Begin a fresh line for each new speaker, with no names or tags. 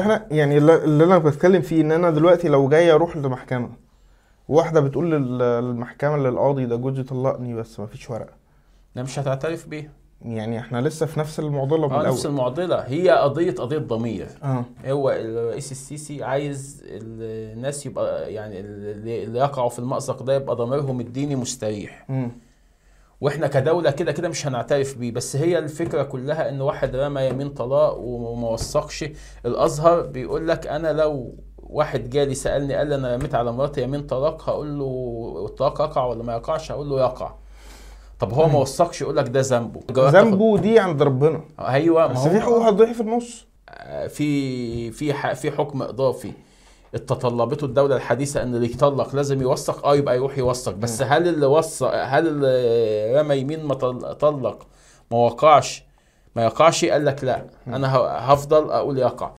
احنا يعني اللي اللي انا بتكلم فيه ان انا دلوقتي لو جاي اروح لمحكمه واحده بتقول لل- للمحكمه للقاضي ده جوزي طلقني بس مفيش ورقه
ده مش هتعترف بيها
يعني احنا لسه في نفس المعضله من
اه نفس
الاول
المعضله هي قضيه قضيه ضمير
اه
هو الرئيس السيسي عايز الناس يبقى يعني اللي اللي يقعوا في المأزق ده يبقى ضميرهم الديني مستريح
امم
واحنا كدولة كده كده مش هنعترف بيه بس هي الفكرة كلها ان واحد رمى يمين طلاق وما وثقش الازهر بيقول لك انا لو واحد جالي سألني قال لي انا رميت على مراتي يمين طلاق هقول له الطلاق يقع ولا ما يقعش هقول له يقع طب هو ما وثقش يقول لك ده ذنبه جربت آخد-
ذنبه دي عند ربنا
ايوه ما
بس
هو
في حقوق هتضيع في النص
في في ح- في حكم اضافي تطلبته الدوله الحديثه ان اللي يطلق لازم يوثق اه يبقى يروح يوثق بس هل اللي وثق هل اللي رمى يمين ما طل- طلق ما وقعش ما يقعش قال لك لا انا ه- هفضل اقول يقع